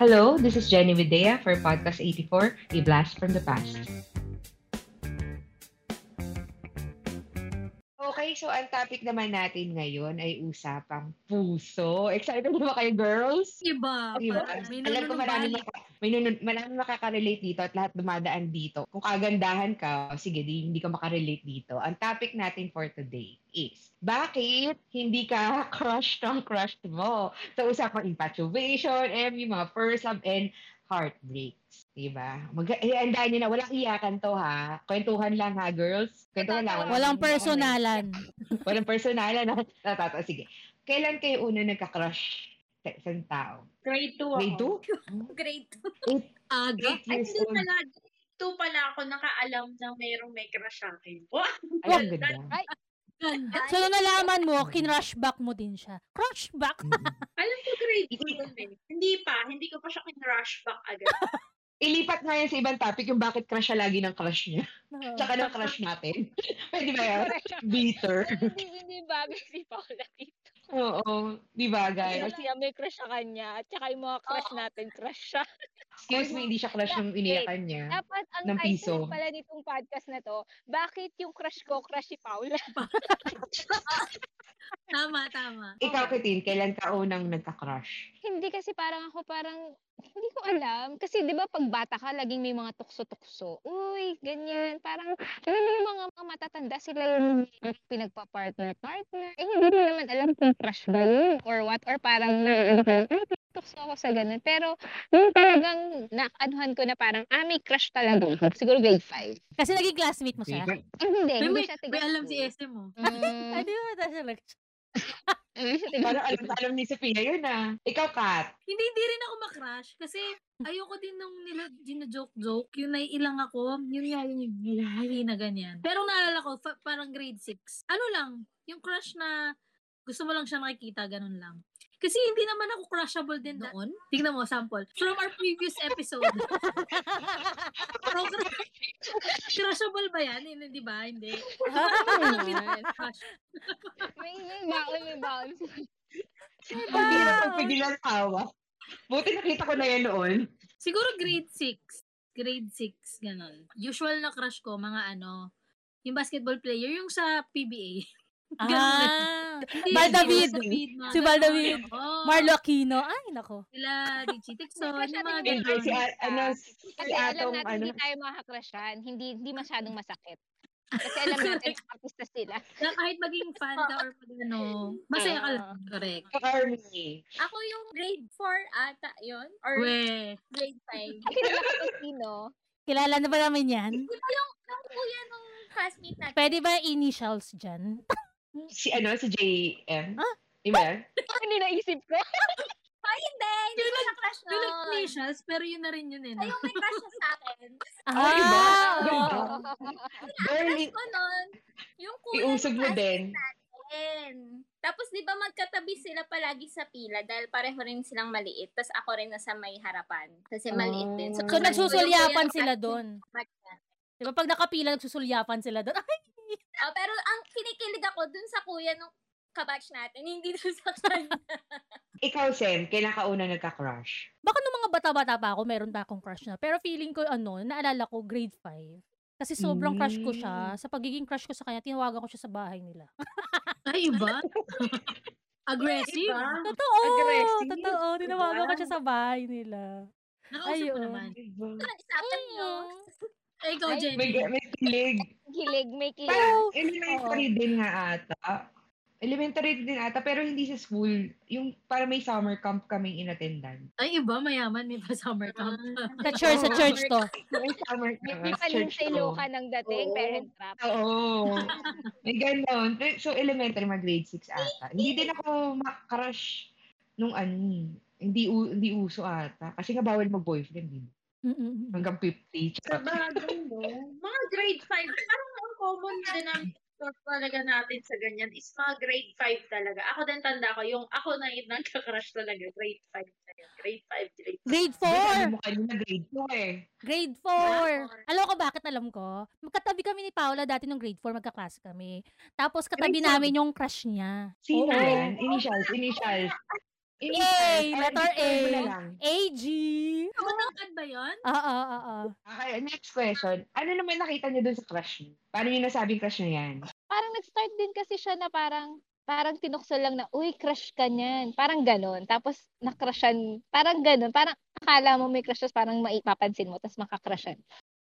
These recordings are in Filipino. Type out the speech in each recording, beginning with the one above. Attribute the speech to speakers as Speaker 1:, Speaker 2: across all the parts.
Speaker 1: Hello, this is Jenny Widea for Podcast 84, A Blast from the Past. Okay, so ang topic naman natin ngayon ay usapang puso. Excited na ba kayo, girls?
Speaker 2: Diba?
Speaker 1: Diba?
Speaker 2: Parang May
Speaker 1: Alam ko marami,
Speaker 2: nanunubalik.
Speaker 1: maka- may nunun- marami makaka-relate dito at lahat dumadaan dito. Kung kagandahan ka, sige, di, hindi ka makarelate dito. Ang topic natin for today is, bakit hindi ka crush ng crush mo? So, usapang infatuation, eh, yung mga first love, and heartbreaks. Diba? Mag- eh, andahan nyo na. Walang iyakan to, ha? Kwentuhan lang, ha, girls? Kwentuhan lang.
Speaker 3: Walang personalan.
Speaker 1: Walang personalan. Natatawa. Sige. Kailan kayo una nagka-crush sa isang tao?
Speaker 4: Grade 2 ako.
Speaker 1: Grade 2?
Speaker 2: Grade 2. Ah,
Speaker 1: Aga?
Speaker 4: Ay,
Speaker 1: years
Speaker 4: hindi
Speaker 1: old.
Speaker 4: pala. Grade 2 pala ako nakaalam na mayroong may crush sa akin. Wow!
Speaker 1: Ay, ang ganda.
Speaker 2: Ganda.
Speaker 3: So, nung nalaman mo, kinrushback mo din siya. Crushback?
Speaker 4: Alam ko grade 2 yun eh. Hindi pa. Hindi ko pa siya kinrush back agad.
Speaker 1: Ilipat nga yan sa ibang topic yung bakit crush siya lagi ng crush niya.
Speaker 5: Oh,
Speaker 3: Oo.
Speaker 1: Tsaka ng crush natin. Pwede ba yan? Bitter.
Speaker 5: hindi, hindi bagay si Paula dito.
Speaker 1: Oo. Di ba, guys?
Speaker 5: Kasi may crush sa kanya. At saka yung mga crush natin, crush siya.
Speaker 1: Excuse me, hindi siya crush ng iniyakan niya.
Speaker 5: Dapat ang
Speaker 1: Ng piso.
Speaker 5: title pala nitong podcast na to, bakit yung crush ko, crush si Paula?
Speaker 2: Tama, tama.
Speaker 1: Ikaw, Kitin, kailan ka unang nagka-crush?
Speaker 5: hindi kasi parang ako parang, hindi ko alam. Kasi di ba pag bata ka, laging may mga tukso-tukso. Uy, ganyan. Parang, alam mo yung mga, mga matatanda sila yung pinagpa-partner-partner. Eh, hindi rin naman alam kung crush ba yun or what. Or parang, na, "Ay, tukso ako sa ganun. Pero, yung talagang naanuhan ko na parang, ah, may crush talaga. ako. Siguro grade 5.
Speaker 3: Kasi naging classmate mo siya.
Speaker 1: Favorite?
Speaker 5: Eh, hindi.
Speaker 2: May,
Speaker 5: hindi
Speaker 2: may,
Speaker 5: siya tiga.
Speaker 2: may alam si SM mo.
Speaker 5: Mm,
Speaker 3: Ay, di ba natasya lang siya?
Speaker 5: hindi siya tiga.
Speaker 1: Parang alam, alam ni Sophia yun ah. Ikaw, Kat.
Speaker 2: Hindi, hindi rin ako makrush. Kasi ayoko din nung nila ginajoke-joke. Yun ay ilang ako. Yun nga yun yung nilahari na ganyan. Pero naalala ko, fa- parang grade 6. Ano lang, yung crush na gusto mo lang siya nakikita, ganun lang. Kasi hindi naman ako crushable din noon. Tingnan mo, sample. From our previous episode. Pro- crushable ba yan? Hindi, di ba? Hindi. Parang hindi naman crush.
Speaker 5: May, may baon, may baon.
Speaker 1: Ang hirap magpigilan ng tawa. Buti nakita ko na yan noon.
Speaker 2: Siguro grade 6. Grade 6, ganun. Usual na crush ko, mga ano, yung basketball player, yung sa PBA.
Speaker 3: Ah,
Speaker 2: Hindi,
Speaker 3: Baldavid.
Speaker 2: yung sa David, mga
Speaker 3: Si
Speaker 2: ganun.
Speaker 3: Baldavid.
Speaker 2: Oo.
Speaker 3: Marlo Aquino. Ay, nako.
Speaker 2: Sila, Richie Tikson,
Speaker 5: May crush
Speaker 2: yung mga
Speaker 5: natin
Speaker 1: Hindi,
Speaker 2: ganun.
Speaker 1: si, a- ano,
Speaker 5: Kasi
Speaker 1: si
Speaker 5: alam
Speaker 1: Atong,
Speaker 5: natin
Speaker 1: ano,
Speaker 5: hindi tayo makakrushan, hindi hindi masyadong masakit. Kasi alam natin artista sila.
Speaker 2: Na kahit maging fan ka or pag ano, masaya ka
Speaker 1: Ah.
Speaker 2: lang. Correct.
Speaker 1: Army.
Speaker 6: Ako yung grade 4 ata yun. Or
Speaker 2: We.
Speaker 6: grade 5.
Speaker 5: Kasi diba kung sino,
Speaker 3: Kilala na ba namin yan?
Speaker 6: Di ba yung, yung kuya nung classmate natin?
Speaker 3: Pwede ba initials dyan?
Speaker 1: Si ano, si JM.
Speaker 3: Ah?
Speaker 1: Iba yan?
Speaker 5: ano naisip ko?
Speaker 6: Ay, hindi. Hindi
Speaker 2: Yun
Speaker 6: ko siya crush
Speaker 2: Yun ang
Speaker 6: nun.
Speaker 2: initials, pero yun na rin yun eh.
Speaker 6: Ay,
Speaker 2: no?
Speaker 6: yung may crush siya sa akin.
Speaker 1: Ah, iba.
Speaker 3: oo.
Speaker 1: Iba. Girl,
Speaker 6: Crush ko nun, yung kuya
Speaker 1: iusog mo
Speaker 6: nung
Speaker 1: din.
Speaker 6: natin. Tapos di ba magkatabi sila palagi sa pila dahil pareho rin silang maliit. Tapos ako rin nasa may harapan. Kasi
Speaker 5: Oh.
Speaker 6: maliit din.
Speaker 3: So,
Speaker 6: crush ko yung kuya
Speaker 3: nagsusulyapan
Speaker 6: nung
Speaker 3: sila
Speaker 6: classmate
Speaker 3: doon.
Speaker 6: natin.
Speaker 3: Di ba pag nakapila, nagsusulyapan sila doon? Ay,
Speaker 6: Ah, pero ang kinikilig ako dun sa kuya nung kabatch natin, hindi dun sa kanya.
Speaker 1: Ikaw, Sam, kailan ka una nagka-crush?
Speaker 3: baka nung mga bata-bata pa ako, meron pa akong crush na. Pero feeling ko, ano, naalala ko, grade 5. Kasi sobrang crush ko
Speaker 1: Hmm.
Speaker 3: siya. Sa pagiging crush ko sa kanya, tinawagan ko siya sa bahay nila.
Speaker 2: Ay, iba. Aggressive.
Speaker 4: Iba.
Speaker 3: Totoo!
Speaker 4: Aggressive.
Speaker 3: Totoo! Tinawagan ko siya sa bahay nila.
Speaker 2: Nakausap mo
Speaker 3: Ayun.
Speaker 2: naman.
Speaker 6: Sa akin yun.
Speaker 2: Ay, ikaw,
Speaker 5: Ay,
Speaker 1: May,
Speaker 2: Jenny.
Speaker 1: may kilig.
Speaker 5: Kilig, may kilig.
Speaker 1: Parang elementary din nga ata. Elementary din ata, pero hindi sa school. Yung para may summer camp kaming inattendan.
Speaker 2: Ay, iba, mayaman. May pa summer camp.
Speaker 1: Ah.
Speaker 3: Sa church, sa church to.
Speaker 1: May summer
Speaker 5: May
Speaker 1: camp. sa
Speaker 5: pipalin
Speaker 1: church
Speaker 5: sa
Speaker 1: ko.
Speaker 5: Iloca ng dating,
Speaker 4: Oo.
Speaker 5: parent trap.
Speaker 1: Oo. May ganon. So, elementary, mga grade 6 ata. Hindi din ako makrush nung ano. Hindi, u- hindi uso ata. Kasi nga bawal mag-boyfriend. Din.
Speaker 3: Mm-mm.
Speaker 1: Hanggang 50.
Speaker 4: Sa
Speaker 1: Tsaka,
Speaker 4: bagay, no? Mga grade 5, parang ang common denominator talaga natin sa ganyan is mga grade 5 talaga. Ako din tanda ko, yung ako na yung nagka-crush talaga, grade 5 na yun. Grade 5, grade 5.
Speaker 3: Grade
Speaker 1: May sabi
Speaker 3: 4!
Speaker 1: mo kanina grade 2 eh.
Speaker 3: Grade 4!
Speaker 6: Four.
Speaker 3: Alam ko bakit alam ko? Magkatabi kami ni Paula dati nung grade 4, magkaklase kami. Tapos katabi
Speaker 1: Grade four?
Speaker 3: namin yung crush niya.
Speaker 1: Sino
Speaker 3: Oo.
Speaker 1: yan? Initials, initials.
Speaker 3: A,
Speaker 1: Ay,
Speaker 3: letter
Speaker 1: Victor mo na
Speaker 3: A.
Speaker 1: lang.
Speaker 3: AG!
Speaker 2: yun?
Speaker 3: Oo, oo, oo.
Speaker 1: Okay, next question. Ano naman nakita niyo dun sa crush niyo? Paano niyo nasabing crush niya yan?
Speaker 5: Parang nag-start din kasi siya na parang parang tinukso lang na, uy, crush ka niyan. Parang ganon. Tapos, nakrushan. Parang ganon. Parang akala mo may crush, tapos parang maipapansin mo, tapos makakrushan.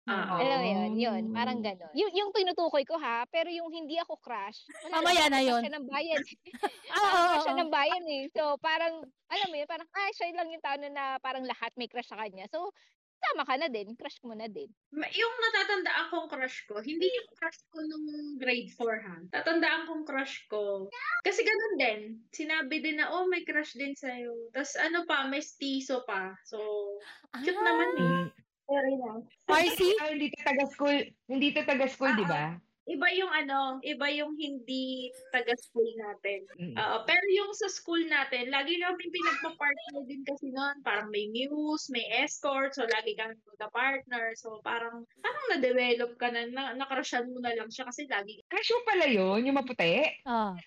Speaker 4: Ah,
Speaker 5: Alam mo yun, yun. Parang ganon. Yung, yung tinutukoy ko ha, pero yung hindi ako crush. wala
Speaker 3: Mamaya
Speaker 5: lang,
Speaker 3: na
Speaker 5: crush
Speaker 3: yun.
Speaker 5: siya ng bayan.
Speaker 3: Oo, oo,
Speaker 5: Ah, crush siya
Speaker 3: oo.
Speaker 5: ng bayan eh. So, parang, alam mo yun, parang, ah, siya lang yung tao na, na parang lahat may crush sa kanya. So, tama ka na din. Crush mo na din.
Speaker 4: Ma- Yung natatandaan kong crush ko, hindi yung crush ko nung grade 4 ha. Tatandaan kong crush ko. Kasi ganun din. Sinabi din na, oh, may crush din sa'yo. Tapos ano pa, may stiso pa. So, cute
Speaker 3: Ah,
Speaker 4: naman eh.
Speaker 1: Mm.
Speaker 4: Sorry na.
Speaker 3: Marcy?
Speaker 1: Ah, hindi to taga-school. Hindi to taga-school,
Speaker 4: Ah,
Speaker 1: di ba?
Speaker 4: Iba yung ano, iba yung hindi taga-school natin.
Speaker 1: Mm.
Speaker 4: Oo, pero yung sa school natin, lagi namin pinagpa-partner din kasi noon. Parang may muse, may escort, so lagi kami magka-partner. So parang, parang na-develop ka na, na nakrushan mo na lang siya kasi lagi.
Speaker 1: Crush mo pala yun, yung maputi.
Speaker 3: Oo.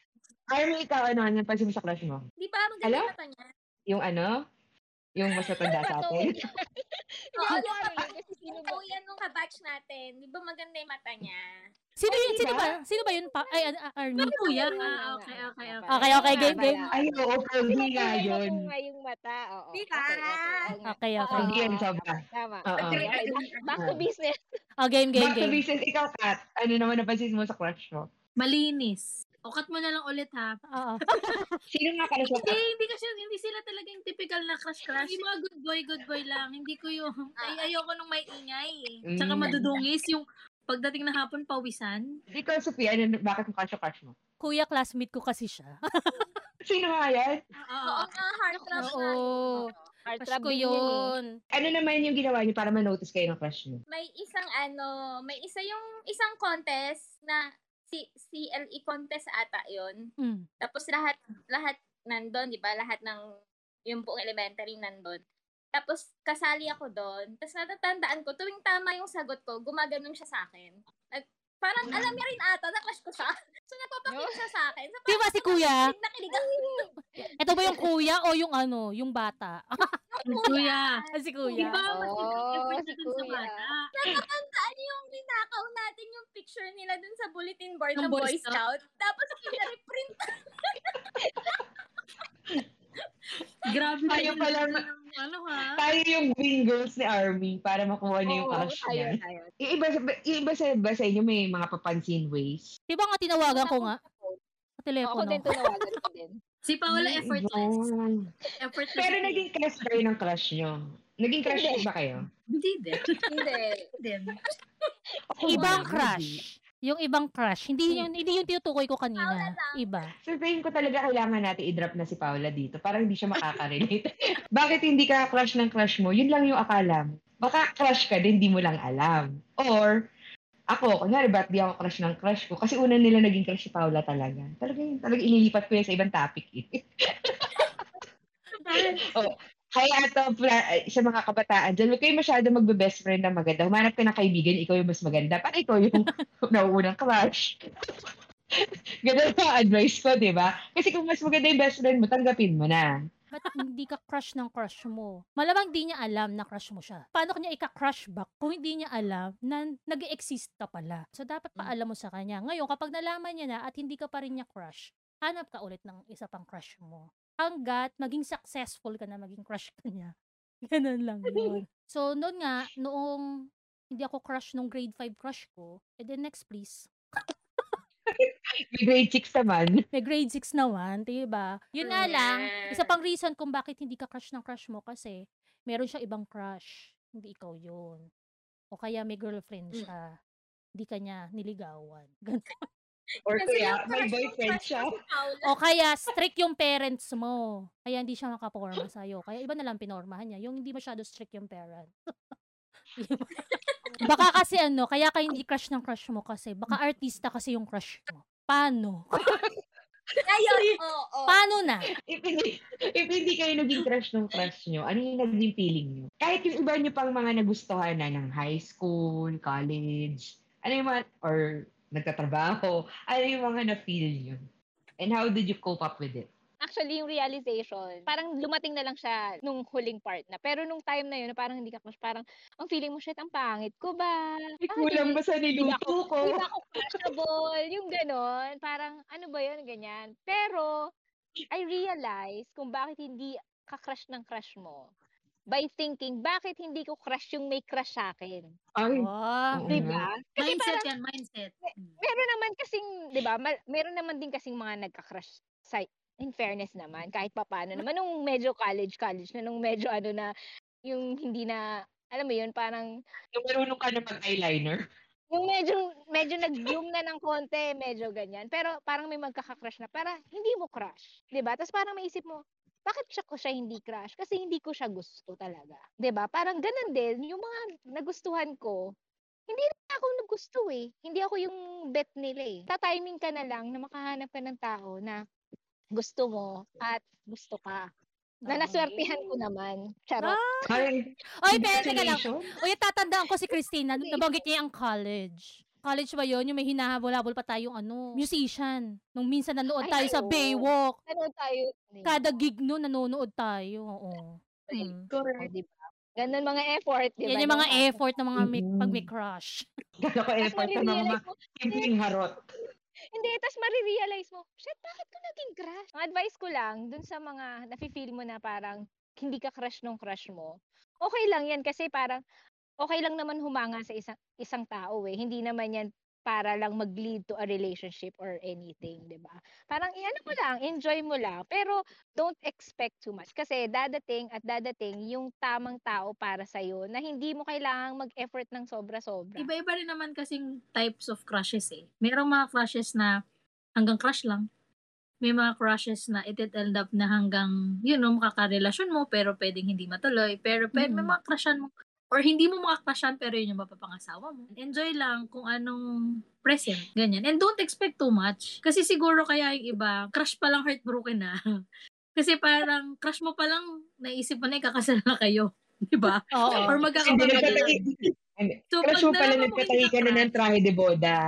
Speaker 1: Army, ikaw, ano, ano, pansin mo sa crush mo?
Speaker 6: Di ba ang
Speaker 1: Hello?
Speaker 6: ganda mata niya?
Speaker 1: Yung ano? Yung mas matanda sa atin?
Speaker 6: Oo, yung
Speaker 5: Ano
Speaker 6: kabatch.
Speaker 5: yun? Sino ba?
Speaker 6: Oo, yan nung kabatch natin. Di ba maganda yung mata niya?
Speaker 3: Sino yun?
Speaker 1: di
Speaker 3: Sino
Speaker 1: ba?
Speaker 3: ba? Sino ba yun? Pa- Ay, ano, ah, Army.
Speaker 2: Ano kuya? Ah,
Speaker 5: Ayun, yun,
Speaker 2: okay,
Speaker 5: yun,
Speaker 2: okay,
Speaker 5: yun,
Speaker 2: okay.
Speaker 5: pala.
Speaker 3: Okay, okay, game,
Speaker 5: Pala.
Speaker 3: game.
Speaker 1: Ay, oo,
Speaker 5: Hindi
Speaker 1: pogi nga yun.
Speaker 5: nga yung mata. Oo.
Speaker 6: Di
Speaker 5: Okay, okay,
Speaker 6: ba?
Speaker 5: oo nga.
Speaker 3: Okay, okay.
Speaker 5: Oo,
Speaker 1: Hindi yan
Speaker 5: oo,
Speaker 1: sobra.
Speaker 5: Tama.
Speaker 1: Oo.
Speaker 5: Okay, okay. Back to
Speaker 1: Oo.
Speaker 5: business.
Speaker 3: Oh, game, game,
Speaker 1: Back to
Speaker 3: game.
Speaker 1: business, ikaw, Kat. Ano naman napansin mo sa crush mo?
Speaker 2: Malinis. Ukat mo na lang ulit ha.
Speaker 3: Oo.
Speaker 1: Sino nga crush mo?
Speaker 2: Hindi, hindi kasi hindi sila talaga yung typical na crush crush. Yung mga good boy, good boy lang. Hindi ko yung, ay, ayoko nung may ingay eh. Tsaka
Speaker 1: Mm.
Speaker 2: madudungis yung pagdating na hapon pawisan.
Speaker 1: Ikaw, Sophie, ano, bakit mo crush mo crush mo?
Speaker 3: Kuya, classmate ko kasi siya.
Speaker 1: Sino nga yan?
Speaker 6: Oo
Speaker 2: Oo.
Speaker 6: nga, heartthrob na.
Speaker 3: Oo. Crush ko yun.
Speaker 1: Ano naman yung ginawa niyo para ma-notice kayo ng crush niyo?
Speaker 6: May isang ano, may isa yung isang contest na C- CLE contest ata yon.
Speaker 3: Mm.
Speaker 6: Tapos lahat lahat nandun, 'di ba? Lahat ng yung buong elementary nandun. Tapos kasali ako doon. Tapos natatandaan ko tuwing tama yung sagot ko, gumaganon siya sa akin. At parang alam niya rin ata na crush ko siya. So napapakita siya sa akin. So,
Speaker 3: Di ba si kuya?
Speaker 6: parang nakilig ako
Speaker 3: Ito ba yung kuya o yung ano, yung bata?
Speaker 2: Kuya.
Speaker 3: Ah,
Speaker 2: Di
Speaker 3: si kuya.
Speaker 2: ba? Mas
Speaker 5: Oo,
Speaker 2: effect na
Speaker 5: si
Speaker 2: dun sa
Speaker 5: kuya.
Speaker 2: bata.
Speaker 6: Natatandaan yung ninakaw natin yung picture nila dun sa bulletin board
Speaker 2: Ng
Speaker 6: ng
Speaker 2: Boy
Speaker 6: Boy Scout. Tapos pinareprint
Speaker 2: Grabe na
Speaker 1: Tayo
Speaker 2: yun.
Speaker 1: pala
Speaker 2: Ng,
Speaker 1: ma-
Speaker 2: ano ha?
Speaker 1: Tayo yung wing girls ni Army para makuha niyo Ano yung
Speaker 5: Oo,
Speaker 1: crush
Speaker 5: tayo,
Speaker 1: niya.
Speaker 5: tayo.
Speaker 1: Yung iba, sa- yung iba sa, ba sa inyo may mga papansin ways?
Speaker 3: Di ba nga tinawagan ko nga? Sa
Speaker 5: Ako
Speaker 3: telepono.
Speaker 5: din tinawagan ko din.
Speaker 2: Si
Speaker 5: Ah,
Speaker 2: Paola
Speaker 1: Ay,
Speaker 2: effortless.
Speaker 1: iba.
Speaker 2: Effortless.
Speaker 1: Pero naging crush kayo ng crush niyo. Naging crush
Speaker 5: Hindi.
Speaker 1: ba kayo?
Speaker 2: Hindi din.
Speaker 6: Hindi.
Speaker 2: Din.
Speaker 1: Ako
Speaker 3: Ibang
Speaker 1: hindi.
Speaker 3: crush. Yung ibang crush. Hindi yun, hindi yung tinutukoy ko kanina. Iba.
Speaker 1: So, tingin ko talaga kailangan natin i-drop na si Paula dito para hindi siya makakarelate. Bakit hindi ka crush ng crush mo? Yun lang yung akala mo. Baka crush ka din, hindi mo lang alam. Or, ako, kunyari, ba't di ako crush ng crush ko? Kasi una nila naging crush si Paula talaga. Talaga yun. Talaga ililipat ko yun sa ibang topic. Eh. oh, kaya ito, pra- sa mga kabataan dyan, huwag kayo masyado magbe-best friend na maganda. Humanap ka ng kaibigan, ikaw yung mas maganda. Para ikaw yung nauunang crush. Ganun ang advice ko, di ba? Kasi kung mas maganda yung best friend mo, tanggapin mo na.
Speaker 3: Ba't hindi ka crush ng crush mo? Malamang di niya alam na crush mo siya. Paano kanya ika-crush back kung hindi niya alam na nag exist ka pala? So, dapat paalam mo sa kanya. Ngayon, kapag nalaman niya na at hindi ka pa rin niya crush, hanap ka ulit ng isa pang crush mo. Hanggat maging successful ka na maging crush ka niya. Ganun lang yun. So, noon nga, noong hindi ako crush nung grade 5 crush ko, and then next please,
Speaker 1: May grade 6 naman.
Speaker 3: may grade 6 naman, di ba? Yun nga lang, isa
Speaker 6: Mm.
Speaker 3: pang reason kung bakit hindi ka crush ng crush mo kasi meron siya ibang crush. Hindi ikaw yun. O kaya may girlfriend
Speaker 6: Mm.
Speaker 3: siya. Hindi ka niya niligawan. Ganun.
Speaker 1: Or
Speaker 6: Kasi
Speaker 1: kaya,
Speaker 6: yung
Speaker 1: may
Speaker 6: crush ko,
Speaker 1: boyfriend
Speaker 6: crush
Speaker 1: siya.
Speaker 6: ko si Paula.
Speaker 3: O kaya strict yung parents mo. Kaya hindi siya makaporma sa'yo. Kaya iba na lang pinormahan niya. Yung hindi masyado strict yung parent. Iba. baka kasi ano, kaya ka hindi crush ng crush mo kasi baka artista kasi yung crush mo. Paano?
Speaker 6: Ngayon, oo. oo.
Speaker 3: Paano na?
Speaker 1: If hindi, if hindi kayo naging crush ng crush nyo, ano yung naging feeling nyo? Kahit yung iba nyo pang mga nagustuhan na ng high school, college, ano yung mga, or nagtatrabaho, ano yung mga na-feel nyo? And how did you cope up with it?
Speaker 5: Actually, yung realization, parang lumating na lang siya nung huling part na. Pero nung time na yun, parang hindi ka crush. Parang, ang feeling mo, shit, ang pangit ko ba?
Speaker 1: May
Speaker 5: Ah,
Speaker 1: kulang
Speaker 5: hindi-
Speaker 1: ba sa niluto ko?
Speaker 5: Hindi ba ako crushable? Yung ganon. Parang, ano ba yun? Ganyan. Pero, I realize kung bakit hindi ka-crush ng crush mo by thinking, bakit hindi ko crush yung may crush sa akin?
Speaker 1: Ay, Oo
Speaker 3: Wow.
Speaker 5: Diba? Kasi
Speaker 2: Mindset
Speaker 5: parang,
Speaker 2: yan, mindset.
Speaker 5: meron naman kasing, diba, ma- meron naman din kasing mga nagka-crush sa, in fairness naman, kahit papaano naman, nung medyo college-college na, nung medyo ano na, yung hindi na, alam mo yun, parang
Speaker 1: nung marunong ka na mag-eyeliner.
Speaker 5: Yung medyo, medyo nag-bloom na ng konti, medyo ganyan. Pero parang may magkaka-crush na. Para hindi mo crush. 'di ba? Tapos parang maisip mo, bakit siya ko siya hindi crush? Kasi hindi ko siya gusto talaga. 'Di ba? Parang ganun din. Yung mga nagustuhan ko, hindi na ako nagusto eh. Hindi ako yung bet nila eh. Tatiming ka na lang na makahanap ka ng tao na gusto mo at gusto ka. Na naswertihan ko naman. Charot.
Speaker 3: Ah!
Speaker 1: Ay,
Speaker 3: Oy, pero teka lang.
Speaker 1: congratulations.
Speaker 3: Uy, tatandaan ko si Christina. nung Nabanggit niya yung college. College ba yun? Yung may hinahabol-habol pa tayong ano, musician. Nung minsan nanood
Speaker 5: Ay,
Speaker 3: tayo sa
Speaker 5: oo.
Speaker 3: Baywalk.
Speaker 5: Ano tayo?
Speaker 3: Kada gig nun, nanonood tayo. Oo.
Speaker 2: Ay,
Speaker 3: Mm.
Speaker 5: Oh, diba? Ganun mga effort, di ba?
Speaker 3: Yan yung mga
Speaker 5: no?
Speaker 3: effort ng mga may,
Speaker 1: Mm-mm.
Speaker 3: pag may crush.
Speaker 1: Kala ko effort
Speaker 5: Tapos
Speaker 1: sa mga
Speaker 5: marirealize mo,
Speaker 1: makimping harot.
Speaker 5: hindi, tapos marirealize mo, shit, bakit ko naging crush? Ang advice ko lang, dun sa mga nafe-feel mo na parang hindi ka crush nung crush mo, okay lang yan kasi parang okay lang naman humanga sa isang, isang tao eh. Hindi naman yan para lang mag-lead to a relationship or anything, di ba? Parang iano mo lang, enjoy mo lang, pero don't expect too much kasi dadating at dadating yung tamang tao para sa na hindi mo kailangang mag-effort ng sobra-sobra.
Speaker 2: Iba-iba rin naman kasing types of crushes eh. Merong mga crushes na hanggang crush lang. May mga crushes na it will end up na hanggang, you know, makakarelasyon mo pero pwedeng hindi matuloy. Pero pwede may
Speaker 3: Mm.
Speaker 2: mga crushan mo or hindi mo makakrushan pero yun yung mapapangasawa mo. Enjoy lang kung anong present. Ganyan. And don't expect too much. Kasi siguro kaya yung iba, crush pa lang heartbroken na. Kasi parang crush mo pa lang, naisip mo na ikakasal na kayo. Di ba?
Speaker 3: Oo.
Speaker 2: Or
Speaker 1: Hindi
Speaker 2: magkakapag na.
Speaker 1: nagpatahi.
Speaker 2: So,
Speaker 1: Crush mo pala
Speaker 2: nalaman mo
Speaker 1: nagpatahi
Speaker 2: hindi
Speaker 1: ka na ng
Speaker 2: crush,
Speaker 1: trahe de boda.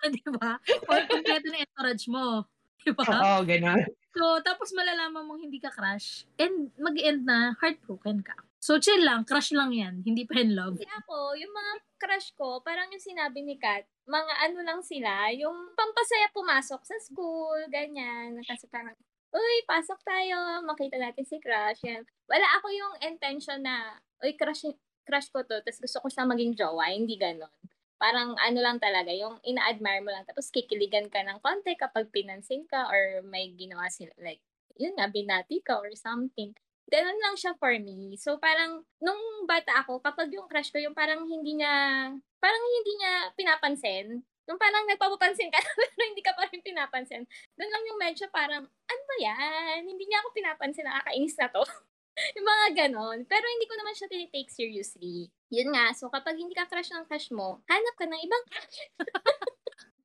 Speaker 2: di ba? Or kompleto na entourage mo. Di ba?
Speaker 1: Oo, ganun.
Speaker 2: So, tapos malalaman mong hindi ka crush, and mag-end na heartbroken ka. So, chill lang. Crush lang yan. Hindi pa in love.
Speaker 6: Kasi ako, yung mga crush ko, parang yung sinabi ni Kat, mga ano lang sila, yung pampasaya pumasok sa school, ganyan. Kasi parang, uy, pasok tayo, makita natin si crush. Yan. Wala ako yung intention na, uy, crush, crush ko to, tapos gusto ko siya maging jowa, hindi ganon. Parang ano lang talaga, yung ina-admire mo lang. Tapos kikiligan ka ng konti kapag pinansin ka or may ginawa sila. Like, yun nga, binati ka or something ganun lang siya for me. So, parang, nung bata ako, kapag yung crush ko, yung parang hindi niya, parang hindi niya pinapansin. Yung parang nagpapapansin ka, pero hindi ka pa rin pinapansin. Doon lang yung medyo parang, ano ba yan? Hindi niya ako pinapansin, nakakainis na to. yung mga ganon. Pero hindi ko naman siya tinitake seriously. Yun nga, so kapag hindi ka crush ng crush mo, hanap ka ng ibang crush.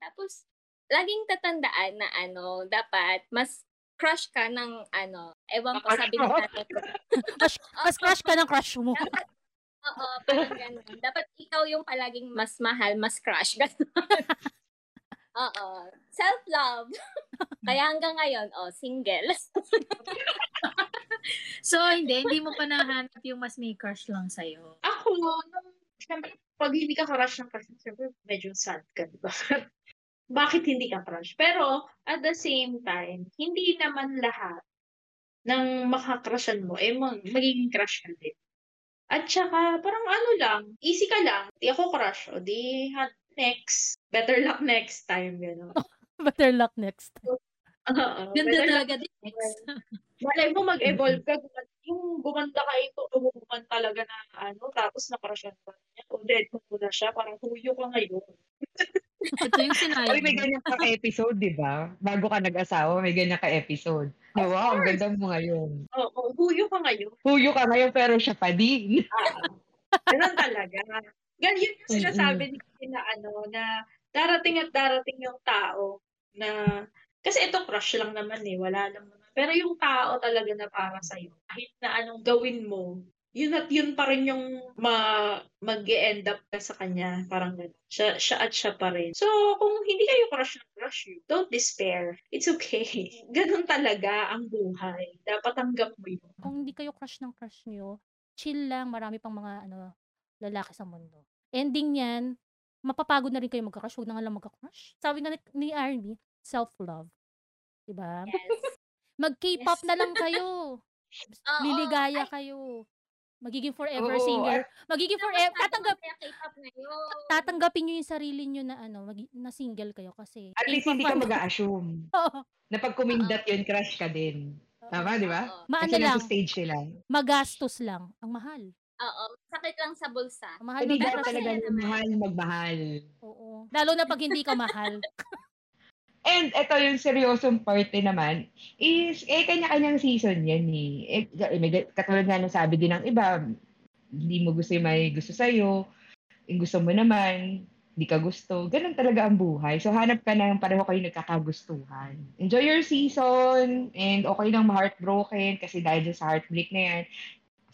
Speaker 6: Tapos, laging tatandaan na ano, dapat mas crush ka ng ano, ewan ko, sabi
Speaker 1: Crush
Speaker 6: nila
Speaker 1: mo.
Speaker 3: Mas, mas crush ka ng crush mo.
Speaker 6: dapat, oo, parang ganun. Dapat ikaw yung palaging mas mahal, mas crush. Ganun. oo. Self-love. Kaya hanggang ngayon, oh, single.
Speaker 2: So, hindi. Hindi mo pa nahanap yung mas may crush lang sa'yo.
Speaker 4: Ako, nung, syempre, pag hindi ka crush ng crush, syempre, medyo sad ka, di ba? Bakit hindi ka crush? Pero, at the same time, hindi naman lahat ng makakrushan mo, eh, mag- magiging crush ka din. At saka, parang ano lang, easy ka lang. Di ako crush. O di, ha, next. Better luck next time, gano'n.
Speaker 3: Better luck next.
Speaker 4: Oo,
Speaker 2: Ganda
Speaker 4: better luck
Speaker 2: talaga din. Next.
Speaker 4: Malay mo mag-evolve ka, guman, yung gumanda ka ito, gumuman talaga na ano, tapos nakarasyan ka niya. O dead mo muna siya, parang huyo ka ngayon.
Speaker 2: Ito yung sinayo.
Speaker 1: Uy, may ganyan ka episode, di ba? Bago ka nag-asawa, may ganyan ka episode. Na, wow, ang ganda mo ngayon.
Speaker 4: Oo, huyo ka ngayon.
Speaker 1: Huyo ka ngayon pero siya pa din.
Speaker 4: Ah, ganun talaga. Ganyan yung sinasabi ni Kim na ano, na darating at darating yung tao na, kasi ito crush lang naman eh, wala lang naman. Pero yung tao talaga na para sa'yo, kahit na anong gawin mo, yun at yun pa rin yung ma, mag-end up ka sa kanya. Parang ganun. Siya, siya at siya pa rin. So, kung hindi kayo crush na crush you, don't despair. It's okay. Ganun talaga ang buhay. Dapat tanggap mo yun.
Speaker 3: Kung hindi kayo crush ng crush nyo, chill lang, marami pang mga ano lalaki sa mundo. Ending yan, mapapagod na rin kayo magka-crush, huwag na nga lang magka-crush. Sabi na ni- ni Army, self-love. Diba?
Speaker 6: Yes.
Speaker 3: Mag-K-pop
Speaker 6: Yes.
Speaker 3: na lang kayo.
Speaker 6: Oo,
Speaker 3: Liligaya kayo. Magiging forever
Speaker 1: Oo,
Speaker 3: singer. Magiging forever.
Speaker 6: Masyado
Speaker 3: Tatanggap,
Speaker 6: masaya K-pop ngayon.
Speaker 3: tatanggapin nyo yung sarili nyo na ano, magi- na single kayo kasi.
Speaker 1: At least hindi ka mag-a-assume
Speaker 3: Oo.
Speaker 1: na pag kumindat yun, crush ka din. Tama, di ba?
Speaker 6: Oo.
Speaker 3: Maano
Speaker 1: Kasi
Speaker 3: lang,
Speaker 1: nasa stage sila.
Speaker 3: magastos lang. Ang mahal.
Speaker 6: Oo, sakit lang sa bulsa.
Speaker 3: Ang mahal
Speaker 1: Hindi
Speaker 3: ng
Speaker 1: dapat
Speaker 3: crush
Speaker 1: talaga
Speaker 3: na yan.
Speaker 1: mahal magmahal.
Speaker 3: Oo. Lalo na pag hindi ka mahal.
Speaker 1: And ito yung seryosong parte naman is, eh, kanya-kanyang season yan eh. eh ga- may, ga- katulad nga ng sabi din ng iba, hindi mo gusto yung may gusto sa'yo, yung gusto mo naman, hindi ka gusto. Ganun talaga ang buhay. So, hanap ka ng pareho kayo nagkakagustuhan. Enjoy your season and okay lang ma-heartbroken kasi dahil dyan sa heartbreak na yan,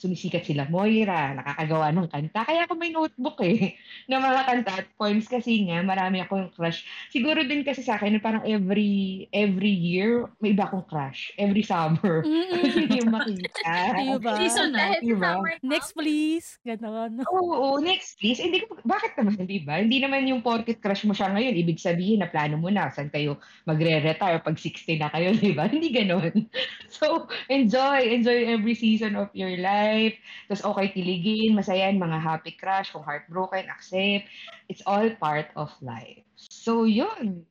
Speaker 1: sumisikat sila Moira, nakakagawa ng kanta. Kaya ako may notebook eh, na mga kanta at poems kasi nga, marami akong crush. Siguro din kasi sa akin, parang every every year, may iba akong crush. Every summer.
Speaker 3: Mm-mm.
Speaker 1: Hindi yung makita.
Speaker 3: diba?
Speaker 2: Season na.
Speaker 6: Dahil
Speaker 1: Diba?
Speaker 6: sa summer camp,
Speaker 3: Next please. Ganon.
Speaker 1: Oo, next please. Hindi ko, bakit naman, di ba? Hindi naman yung porket crush mo siya ngayon, ibig sabihin na plano mo na, saan kayo magre-retire pag 60 na kayo, di ba? Hindi ganun. So, enjoy. Enjoy every season of your life. Tapos okay kiligin, masayan, mga happy crush, kung heartbroken, accept. It's all part of life. So, yun.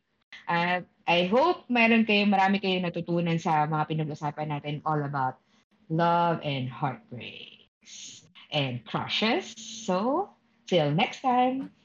Speaker 1: At I hope meron kayo, marami kayo natutunan sa mga pinag-usapan natin all about love and heartbreaks and crushes. So, till next time.